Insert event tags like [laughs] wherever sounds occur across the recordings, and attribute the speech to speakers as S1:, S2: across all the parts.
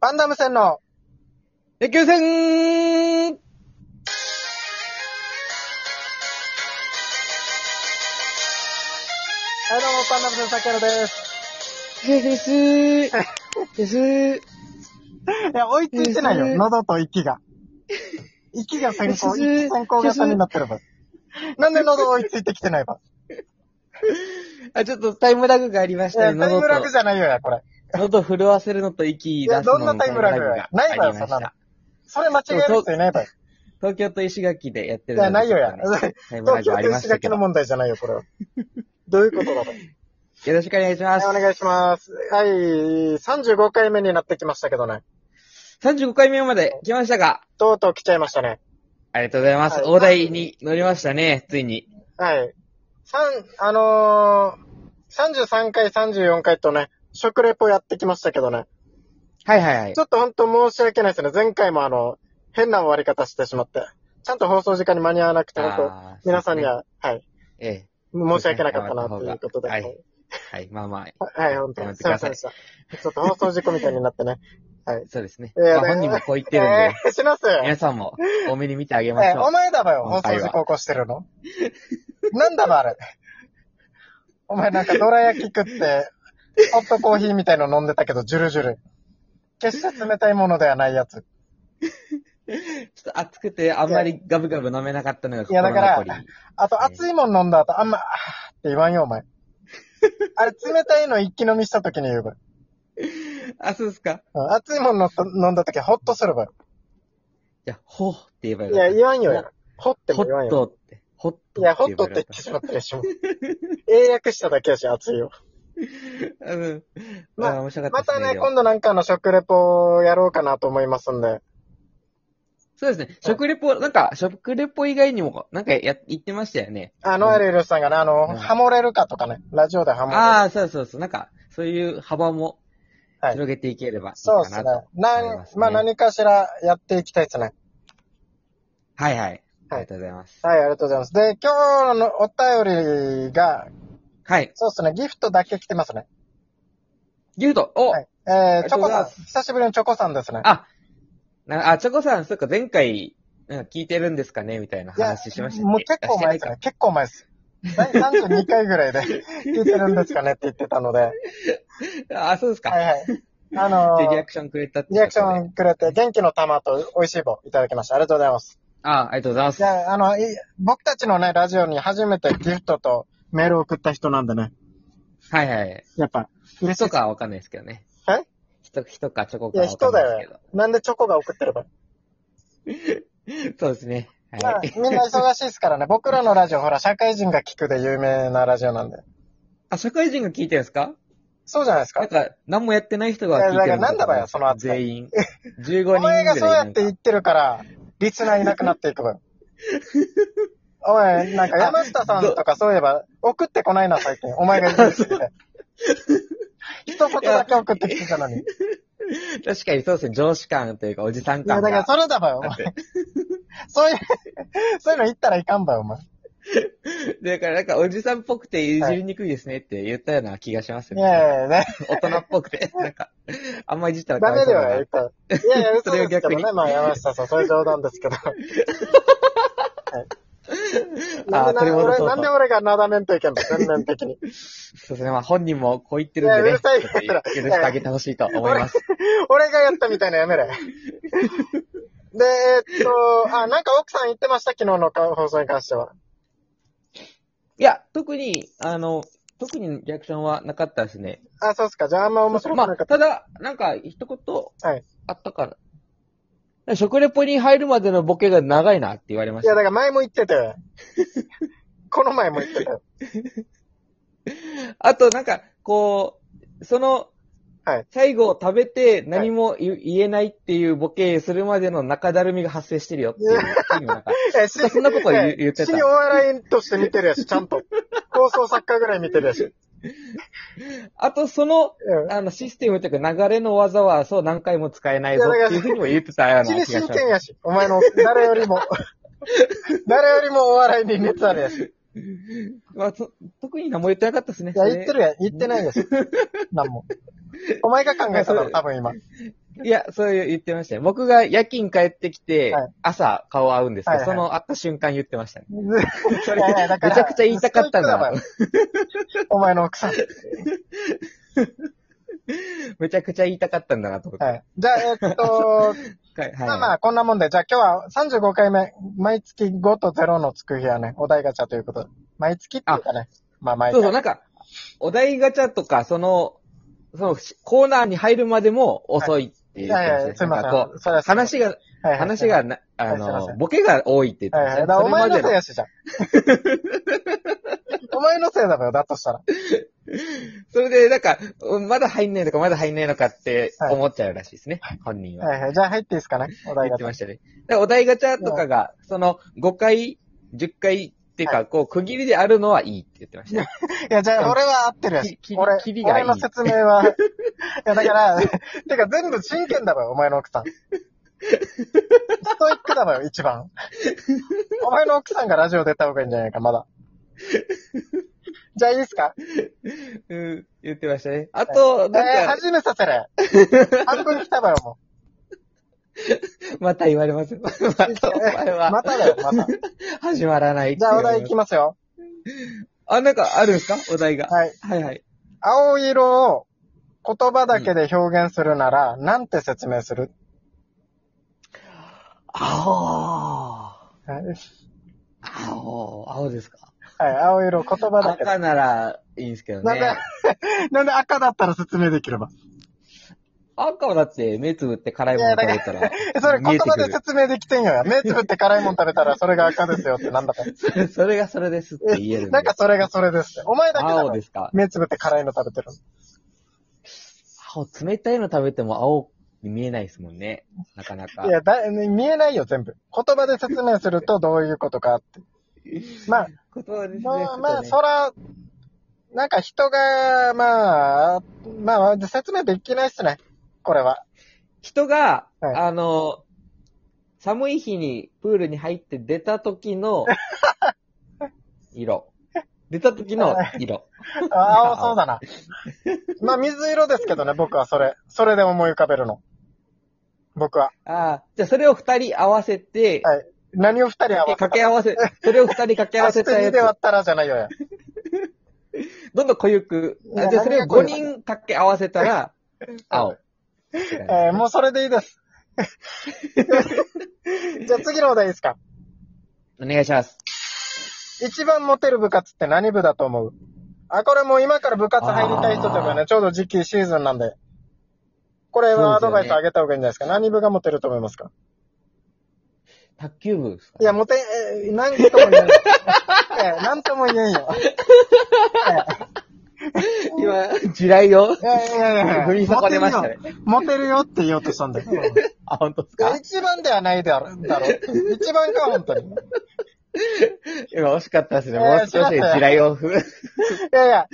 S1: バンダム戦の、
S2: 野球戦
S1: はいどうも、バンダム戦さっです。
S2: ですです
S1: いや、追いついてない
S2: え
S1: よ、
S2: ー
S1: 喉と息 [laughs] が。息が先行、
S2: えー
S1: 息先行型になってる分。なんで喉追いついてきてない分。
S2: [laughs] あ、ちょっとタイムラグがありまし
S1: い
S2: た
S1: や、
S2: ね。
S1: タイムラグ
S2: じ
S1: じゃないよや、これ。
S2: ゃ。喉震わせるのと息
S1: い
S2: 出
S1: や、
S2: すの
S1: どん
S2: の
S1: なタイムラグ
S2: が
S1: ないわ
S2: あ
S1: よ、
S2: り
S1: そ
S2: ま
S1: んなの
S2: した。。
S1: それ間違える人いない分。
S2: 東京と石垣でやってる
S1: いやないよや
S2: のがタイム
S1: 東
S2: ラグ
S1: 京
S2: あり
S1: と
S2: ま
S1: 石
S2: したけ
S1: 垣
S2: ど。
S1: の
S2: よ
S1: 問題じゃないよ、これは。どういうことだと。 [laughs] はい、
S2: ろしくお願いします
S1: お。願いします。はい、35回目になってきましたけどね。
S2: 35回目まで来ましたか
S1: とうとう来ちゃいましたね。
S2: ありがとうございます。
S1: はい
S2: 大台に乗りましたね、ついに。
S1: はい。三、あのー、33回、34回とね、食レポやってきましたけどね。
S2: はいはいはい
S1: ち。ょっとほんと申し訳ないですね。前回もあの、変な終わり方してしまって。ちゃんと放送時間に間に合わなくて、ほんと、
S2: あー
S1: 皆さんに。
S2: そう
S1: は、はい。
S2: ですね
S1: 申し訳なかったな、ということで。
S2: は
S1: はいい、
S2: ええ。はい、まあまあ、
S1: はい、ほんと。
S2: 頑張って
S1: すい
S2: く
S1: ませ
S2: ださ
S1: ん
S2: い
S1: でした。ちょっと放送事故みたいになって
S2: [laughs]
S1: ね。
S2: そうですね。
S1: いや
S2: まあ本人もこう言ってるんで
S1: え。ー、しますよ。
S2: 皆さんも、多めに見てあげまし
S1: えー
S2: ょ
S1: お
S2: う。
S1: 前だばよ、放
S2: 今
S1: 送
S2: 回は
S1: 事故起こしてるの。なんだばあれ。お前なんかドラ焼き食って、ホットコーヒーみたいの飲んでたけど、ジュルジュル。決して冷たいものではないやつ。
S2: ちょっと暑くて、あんまりガブガブ飲めなかったのが
S1: いや
S2: 心
S1: だ
S2: 残
S1: か
S2: り。
S1: らあと、熱いもん飲んだ後、あんま、あーって言わんよ、お
S2: [laughs]
S1: 前。あれ、冷たいの一気飲みした時に言うばよ。
S2: [laughs] あ、そうですか
S1: うん熱いもんの飲んだ時、ホッとするばよ。
S2: じゃあ、ほうって言えばよ
S1: い
S2: かった。
S1: や、言わんよや。ほって
S2: ほ
S1: も言わんよ。
S2: っとって。ほっと
S1: いや、ほっとって言
S2: 言えば
S1: っ
S2: よか
S1: てしまったで
S2: [laughs]
S1: しょ。英訳しただけやし、熱いよ。
S2: たうん。
S1: まあ
S2: まあ、面白か
S1: ま
S2: った
S1: た
S2: ですね。
S1: ね、
S2: では
S1: 今度なんかあの食レポやろうかなと思いますんで。
S2: そうですね。食レポ、なんか、食レポ以外にも、なんかや、言ってましたよね。
S1: あの、エレルさんがね、あの、
S2: うん
S1: ハモれるかとかね、ラジオでハモれる。
S2: ああ、そうそうそう。なんか、そういう幅も、
S1: はい
S2: 広げていければいい
S1: そう
S2: か
S1: ですね
S2: なと。。
S1: なん、
S2: ますね
S1: まあ何かしらやっていきたいですね。
S2: はいはい。ありがとうございます。
S1: はい、ありがとうございます。で、今日のお便りが、
S2: はい。
S1: そうですね、ギフトだけ来てますね。
S2: ギフト、お
S1: はい。えー、
S2: り
S1: チョ
S2: がとうご
S1: コ
S2: ざ
S1: さん
S2: いま、す
S1: 久しぶりのチョコさんですね。
S2: あ、なあ、チョコさん、そっか、前回、なんか聞いてるんですかねみたいない
S1: や
S2: 話しましたっけ
S1: もう結構前
S2: あ
S1: で
S2: して
S1: す
S2: ない
S1: ね。結構前です。第32回ぐらいで [laughs] 聞いてるんですかねって言ってたので。はい
S2: かあ、そうですか。
S1: はい。あの
S2: で、リア
S1: ー、
S2: クションくれたってことで
S1: リアクションくれて、元気の玉と美味しい棒いただきました。ありがとうございます。
S2: あ、ありがとうございま
S1: い
S2: す。
S1: や、あの、い僕たちのね、ラジオに初めてギフトとメールを送った人なんでね。
S2: はいはい。
S1: やっぱ、嬉しい
S2: 人。かはわかんないですけどね。
S1: え
S2: 人、人かチョコ
S1: い
S2: か
S1: や、
S2: はわか
S1: 人
S2: んない
S1: だ
S2: で
S1: よ。なんでチョコが送ってれば。
S2: すけど。そうですね。
S1: まあ
S2: は、い。
S1: みんな忙しいですからね。僕らのラジオ、ほら、社会人が聞くで有名なラジオなんで。
S2: あ、社会人が聞いてるんですか
S1: そうじゃないですか
S2: なんか、何もやってない人が聞いてる
S1: いやだからなんだばよその扱い
S2: 全員。15人ぐ
S1: お
S2: らい。
S1: 前がそうやって
S2: な
S1: 言
S2: ん
S1: っ
S2: か
S1: てるから、リスナーいなくなっていく [laughs] わよ。おい、なんか山下さんとかそういえば、送ってこないな、最近。お前が言いすぎて。一言だけ送ってきてたのに。い
S2: 確かにそうですね、上司感というか、おじさん
S1: や、
S2: 感
S1: だから
S2: が。
S1: それだばよ、お前。そういう、そういうの言ったらいかんばよ、お前。
S2: だから、なんか、おじさんっぽくていじりにくいですねって言ったような気がします
S1: い
S2: よね。
S1: やいやいやね、
S2: 大人っぽくて、なんか、あんまいじったらか
S1: ダ
S2: わい
S1: メだよ言っ
S2: そうだ、な
S1: たいやいや、嘘ですけど
S2: それを逆
S1: ね。
S2: に
S1: まあ、山下さん、それ冗談です [laughs] けど。な
S2: あ
S1: ん
S2: ー、取
S1: で
S2: り
S1: な
S2: 戻
S1: 俺
S2: そう
S1: なんで
S2: と。
S1: 俺がなだめんといけんの全面的に。
S2: そうですね、まあ本人もこう言ってる
S1: いや
S2: ん
S1: う
S2: で
S1: る
S2: ね、
S1: さい
S2: ちょっと許してあげてほしいと思い
S1: [laughs]
S2: ます。
S1: 俺がやったみたいなや
S2: [laughs]
S1: めれ。で、えっと、あ、なんか奥さん言ってました、昨日の放送に関しては。
S2: いや、特に、あの、特にリアクションはなかったですね。
S1: あ、そうっすか。じゃああんま面白く
S2: ま
S1: な
S2: あ、
S1: かった。
S2: ただ、なんか、一言、
S1: はい
S2: あったから。食レポに入るまでのボケが長いなって言われま
S1: い
S2: し
S1: や、だ
S2: た。
S1: から前も言って
S2: [laughs]
S1: て。この前も言ってて。
S2: あと、なんか、こう、その、
S1: はい
S2: 最後食べて何も言言えないっていうボケするまでの中だるみが発生してるよ [laughs] っていう。なんか
S1: え、し
S2: そんなこと言う
S1: え
S2: 言ってた
S1: 死にお笑いとして見てるやし、ちゃ
S2: [laughs]
S1: んと。放送作家ぐらい見てるやし。
S2: あと、その、
S1: うん
S2: あの、システムというか流れの技はそう何回も使えないぞっていうふうにも言ってたよう
S1: 一
S2: な
S1: に
S2: 気がし
S1: 真
S2: ま
S1: 剣
S2: す。
S1: やし、お前の誰より
S2: [laughs]
S1: も、誰よりもお笑いに熱あるやし。い
S2: まあ、そ特に何も言ってなかったですね。 [laughs] [laughs]
S1: や、言ってるやん。言ってないやし。なんも。お前が考えただろ、多分今。
S2: いや、そういう言ってましたよ。僕が夜勤帰ってきて
S1: はい、
S2: 朝顔合うんですけど、
S1: はいはい
S2: その会った瞬間言ってましたね。それ、
S1: いやいやだから
S2: めちゃくちゃ言いたかったんだな。
S1: お前の奥さん。
S2: めちゃくちゃ言いたかったんだなと思って。
S1: はい。じゃあ、えっと、
S2: はい。はい
S1: まあまあ、こんなもんで、じゃあ今日は35回目、毎月5と0のつく日はね、お題ガチャということで。毎月っていうかね。まあ、毎
S2: そうそう、
S1: 回。
S2: なんか、お題ガチャとか、その、そのしコーナーに入るまでも遅いって
S1: い
S2: いう
S1: やい
S2: 感じ
S1: や、
S2: ですす。
S1: いま
S2: なん
S1: せ
S2: か
S1: ん
S2: こ。う、
S1: それは
S2: 話が、
S1: はいはい
S2: 話、がな、あ
S1: はいすいませ
S2: の
S1: ん、
S2: ボケが多いって言って
S1: はい
S2: ま
S1: は
S2: し
S1: い。だから
S2: たね
S1: お前のせい
S2: それま
S1: やし、
S2: [laughs]
S1: じゃん。お前のせいだろよ、だとしたら。
S2: でそれで、なんか、うんまだ入んないのか、まだ入んないのかって
S1: はい
S2: 思っちゃうらしいですね。本人は。
S1: はいはい。じゃあ入っていいですかね、お題ガ
S2: 言って
S1: チャ
S2: ま。したね。だからお題ガチャとかが、その、5回、10回っていう
S1: は
S2: か、こう、区切りであるのはいいって言ってましたね。
S1: いや、じゃあ、俺は合ってるや
S2: き
S1: し。
S2: き
S1: 俺、
S2: きりがい
S1: 俺
S2: い
S1: の説明
S2: [laughs]
S1: は。いや、だから、 [laughs] てか全部真剣だろ、お前の奥さん。ストイックだろ、一番。お前の奥さんがラジオ出た方がいいんじゃないか、まだ。じゃあいいですか
S2: [laughs] うん、言ってましたね。あと、
S1: えー、
S2: なんか、
S1: 始めさせれ。半分来たばよ、も
S2: また言われます。 [laughs] また、お前
S1: う。 [laughs] ま
S2: は、
S1: ただよ、ま
S2: [laughs]
S1: た。
S2: 始まらないっ
S1: じ
S2: て言
S1: ゃあ、
S2: わ
S1: お
S2: れます。
S1: 題いきますよ。
S2: あ、なんかあるんですかお題が。
S1: はい。
S2: はいはい。
S1: 青色を言葉だけで表現するなら、なんて説明する
S2: 青。
S1: はい、
S2: 青。青ですか
S1: はい青色言葉だけで。
S2: 赤ならいいんですけど
S1: なん
S2: ね
S1: で。、なんで赤だったら説明できれば。
S2: 赤はだって目つぶって辛いもの食べたら。
S1: え、 [laughs] それ
S2: 見
S1: 言
S2: えて
S1: 葉
S2: くる
S1: で説明できてんよ。目つぶって辛いもん食べたらそれが赤ですよ [laughs] ってなんだか。
S2: それそれがそれですって言えるんで。
S1: なんかそれがそれですって。お前だけだ
S2: 青
S1: ろ
S2: で。すか
S1: 目つぶって辛いの食べてるの。
S2: 青、冷たいの食べても青に見えないですもんね。なかなか
S1: い。や、だ、見えないよ、全部。言葉で説明するとどういうことかって。まあ、
S2: 言葉ですね。
S1: まあ、まあ、
S2: ちょっ
S1: そら、なんか人が、まあ、まあ、説明できないっすね。これは。
S2: とね人が、
S1: はい
S2: あの、寒い日にプールに入って出た時
S1: [laughs]
S2: の色。出た時の色。
S1: あ青そうだ [laughs] な。まあ、水色ですけどね、僕はそれ。それで思い浮かべるの。僕は。
S2: ああ、じゃあそれを二人合わせて、
S1: はい何を二人合わせ
S2: 掛け合わせ、それを二人掛け合わせた
S1: 足し
S2: や
S1: 二
S2: つ
S1: で、割ったらじゃないよや。
S2: どんどん濃ゆく、あじゃあそれを五人掛け合わせたら、青。
S1: えー、もうそれでいいです。じゃあ次のお題いいですか。
S2: お願いします。
S1: 一番モテる部活って何部だと思うあ、これもう今から部活入りたい人とかね、ちょうど時期シーズンなんで。これはアドバイスあげた方がいいんじゃないですか。何部がモテると思いますか
S2: 卓球部ですか
S1: いや、モテ、えー、何とも言えんよ。えー、何とも言えんよ。
S2: 今、地雷を
S1: いやいやいやいや。
S2: 踏み損ねましたね。
S1: モテるよ。モテるよって言おうとしたんだよ。
S2: あ、本当です
S1: いや
S2: か
S1: 一番ではないだろ。だろ一番か、本当に。
S2: 今惜しかったですね。
S1: いや
S2: もう少しで地
S1: 違ったよ
S2: 雷を踏む。
S1: いやいや、え、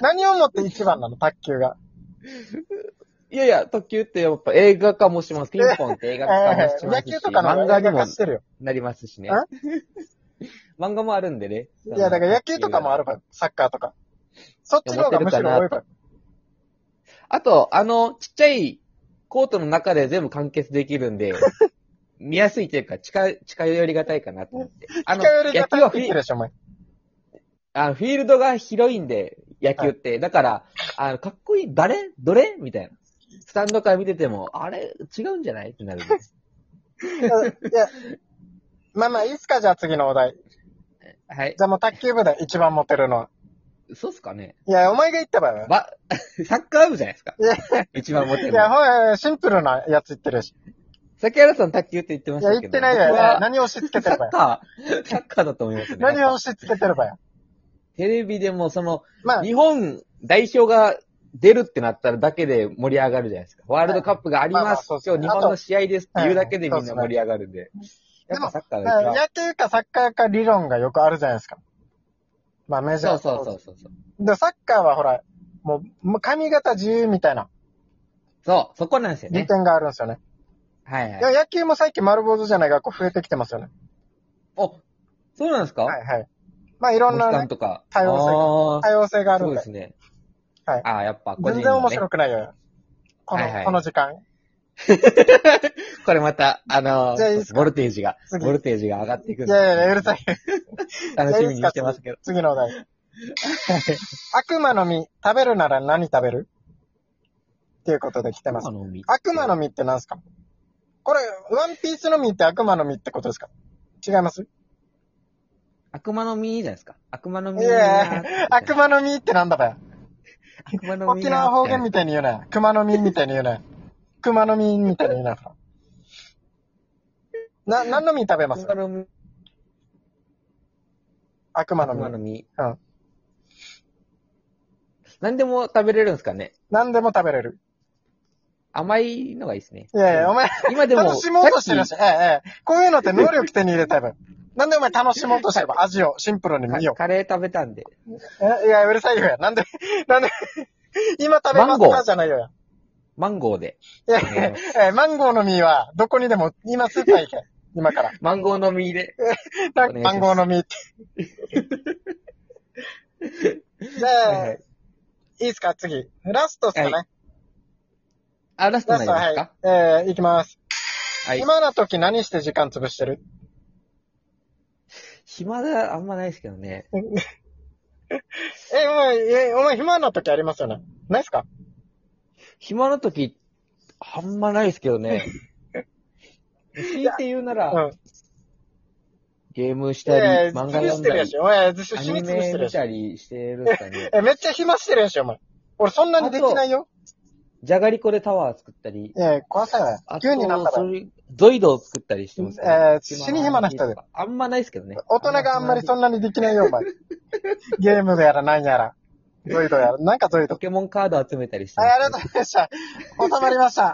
S1: 何をもって一番なの卓球が。
S2: いやいや、卓球ってやっぱ映画化もします。ピンポンって映
S1: え
S2: 画化もし
S1: ー
S2: ま
S1: 野
S2: すし、
S1: 球とかの
S2: 漫画にも
S1: してるよ。
S2: なりますしね
S1: ん。
S2: 漫画もあるんでね。
S1: いや、だから野球とかもあ
S2: る。
S1: るから、サッカーとか。そっちの方がむしろ多いから。
S2: あと、あの、ちっちゃいコートの中で全部完結できる
S1: [laughs]
S2: んで、見やすいというか、近、近寄りがたいかなと思って。あの、
S1: 近寄り
S2: 野
S1: が
S2: 球は
S1: 高
S2: フ
S1: く
S2: ィ
S1: てるでしょ、お前。
S2: あのフィールドが広いんで、野球って。だから、あの、かっこいい、誰どれみたいな。スタンドから見てても、あれ違うんじゃないってなる
S1: [laughs]
S2: んです。
S1: いや、まあまあ、いいっすか、じゃあ次のお題。
S2: はい。
S1: じゃあもう卓球部で一番モテるのは。
S2: そうっすかね
S1: いや、お前が言ったばよ。
S2: ば、 [laughs] サッカー部じゃないで
S1: [laughs]
S2: すか
S1: いや。
S2: 一番モテる
S1: い
S2: の
S1: や、。ほら、シンプルなやつ言ってるし。
S2: 崎原さん卓球って言ってま
S1: い
S2: した
S1: や、
S2: け
S1: 言
S2: ど。
S1: ってないよ。
S2: 僕は
S1: 何を押し付けて
S2: サ
S1: るば
S2: [laughs] ッ
S1: よ。
S2: カー、サッカーだと思いますね。
S1: 何
S2: や
S1: を
S2: っぱ
S1: 押し付けてるばよ。
S2: テレビでもその、
S1: まあ、
S2: 日本代表が出るってなったらだけで盛り上がるじゃないですか。ワールドカップがあり
S1: まあま
S2: ま
S1: あ
S2: す。
S1: そうです
S2: 今
S1: ね
S2: 日日本の試合ですっていうだけで
S1: はい
S2: みんな盛り上がるんで。やっぱサッカー
S1: まあ
S2: が一番。
S1: 野球かサッカーか理論がよくあるじゃないですか。まあ、メジャ
S2: そ
S1: ー
S2: うそうそうそうそう。
S1: で、サッカーはほら、もう、もう髪型自由みたいな
S2: そう、そこなんですよ
S1: 利
S2: ね。
S1: 点があるんですよね。
S2: はい
S1: いや
S2: はい。
S1: 野球も最近丸坊主じゃない学校増えてきてますよね。
S2: お、そうなんですか
S1: はいはい。まあいろん
S2: モヒカ
S1: な、
S2: ン
S1: ね、
S2: とか。
S1: 多様性
S2: あー
S1: 多様性がある
S2: そ
S1: ん
S2: う
S1: で
S2: で、すね。
S1: はい
S2: ああ、やっぱ個人
S1: 全然
S2: の
S1: 面
S2: ね
S1: 白くないよ。この、
S2: はいはい
S1: この時間。
S2: これまた、あの
S1: じゃあいいっすか
S2: ボルテージが、
S1: 次
S2: ボルテージが上がっていくん
S1: い
S2: で、
S1: やいやいや、うるさい。
S2: 楽しみにしてますけど。
S1: 次のお
S2: [laughs]
S1: 題。悪魔の実、食べるなら何食べるっていうことで来てます。
S2: の実
S1: 悪魔の実って何すかこれ、ワンピースの実って悪魔の実ってことですか違います
S2: 悪魔の実じゃないですか。悪魔の
S1: い
S2: 実。
S1: や悪魔の実ってなんだばよ。
S2: 悪魔の実。
S1: 沖縄方言みたいに言うなよ。熊の実みたいに言うなよ。熊の実みたいに言うなよ。な、何の実食べます
S2: 悪魔の実。
S1: 悪魔の
S2: 悪魔の
S1: 実。う
S2: 実。
S1: ん。
S2: 何でも食べれるんですかね。
S1: 何でも食べれる。
S2: 甘いのがいいですね。
S1: いやいや、お前、
S2: 今でも、
S1: 楽しもうとしてるし、
S2: さ
S1: ええ、ええ。こういうのって能力手に入れたい分。なんでお前楽しもうとしてれば味をシンプルに
S2: っき
S1: 見よ
S2: カレー食べたんで。
S1: う。えいや、うるさいよや。なんで、なんで、今食べ
S2: マ
S1: ま
S2: ンゴ
S1: すか
S2: ー
S1: じゃないよや。
S2: マンゴーで。
S1: いやいや
S2: うん
S1: ええ、マンゴーの実は、どこにでも、今スーパー行け。今から。
S2: マンゴーの実で。
S1: な
S2: お願いします
S1: マンゴーの実
S2: [laughs]
S1: って。じゃあ、
S2: はいはいい、
S1: いですか次。ラストっすかね。
S2: はあ、ラスト
S1: ラ
S2: にな
S1: スト、は
S2: りま
S1: い
S2: すか。
S1: えー、いきます。
S2: はい。
S1: 今の時何して時間潰してる
S2: 暇であんまないですけどね。
S1: え、お前、え、お前暇な時ありますよね。ないっすか
S2: 暇の時、あんまないですけどね。強いて言うなら、
S1: うん。
S2: ゲームし
S1: い
S2: た
S1: や
S2: り、
S1: いや
S2: 漫画
S1: 潰
S2: 読
S1: し
S2: ん
S1: て
S2: だ
S1: るや
S2: り
S1: んし。、お前、ず
S2: ア
S1: 死
S2: ニ
S1: に潰し
S2: メ
S1: てるや
S2: 見
S1: し。
S2: たりしてるんですかね。
S1: え、めっちゃ暇してるやんし、お前。俺そんなにできないよ。
S2: じゃがりこでタワー作ったり、
S1: え、壊さないわ。
S2: あ
S1: 急になんだ
S2: と、
S1: ろ。
S2: そうういうゾイドを作ったりしてますから、
S1: えー死に暇な人で。
S2: あんまないですけどね。
S1: 大人があんまりそ
S2: の。
S1: んなにできないよ、お
S2: [laughs]
S1: 前。ゲームやら何やら。ゾイドやら。なんかゾイド
S2: ポ。ケモンカード集めたりして
S1: は
S2: ま
S1: い、
S2: す
S1: ありがとうございました。収まりました。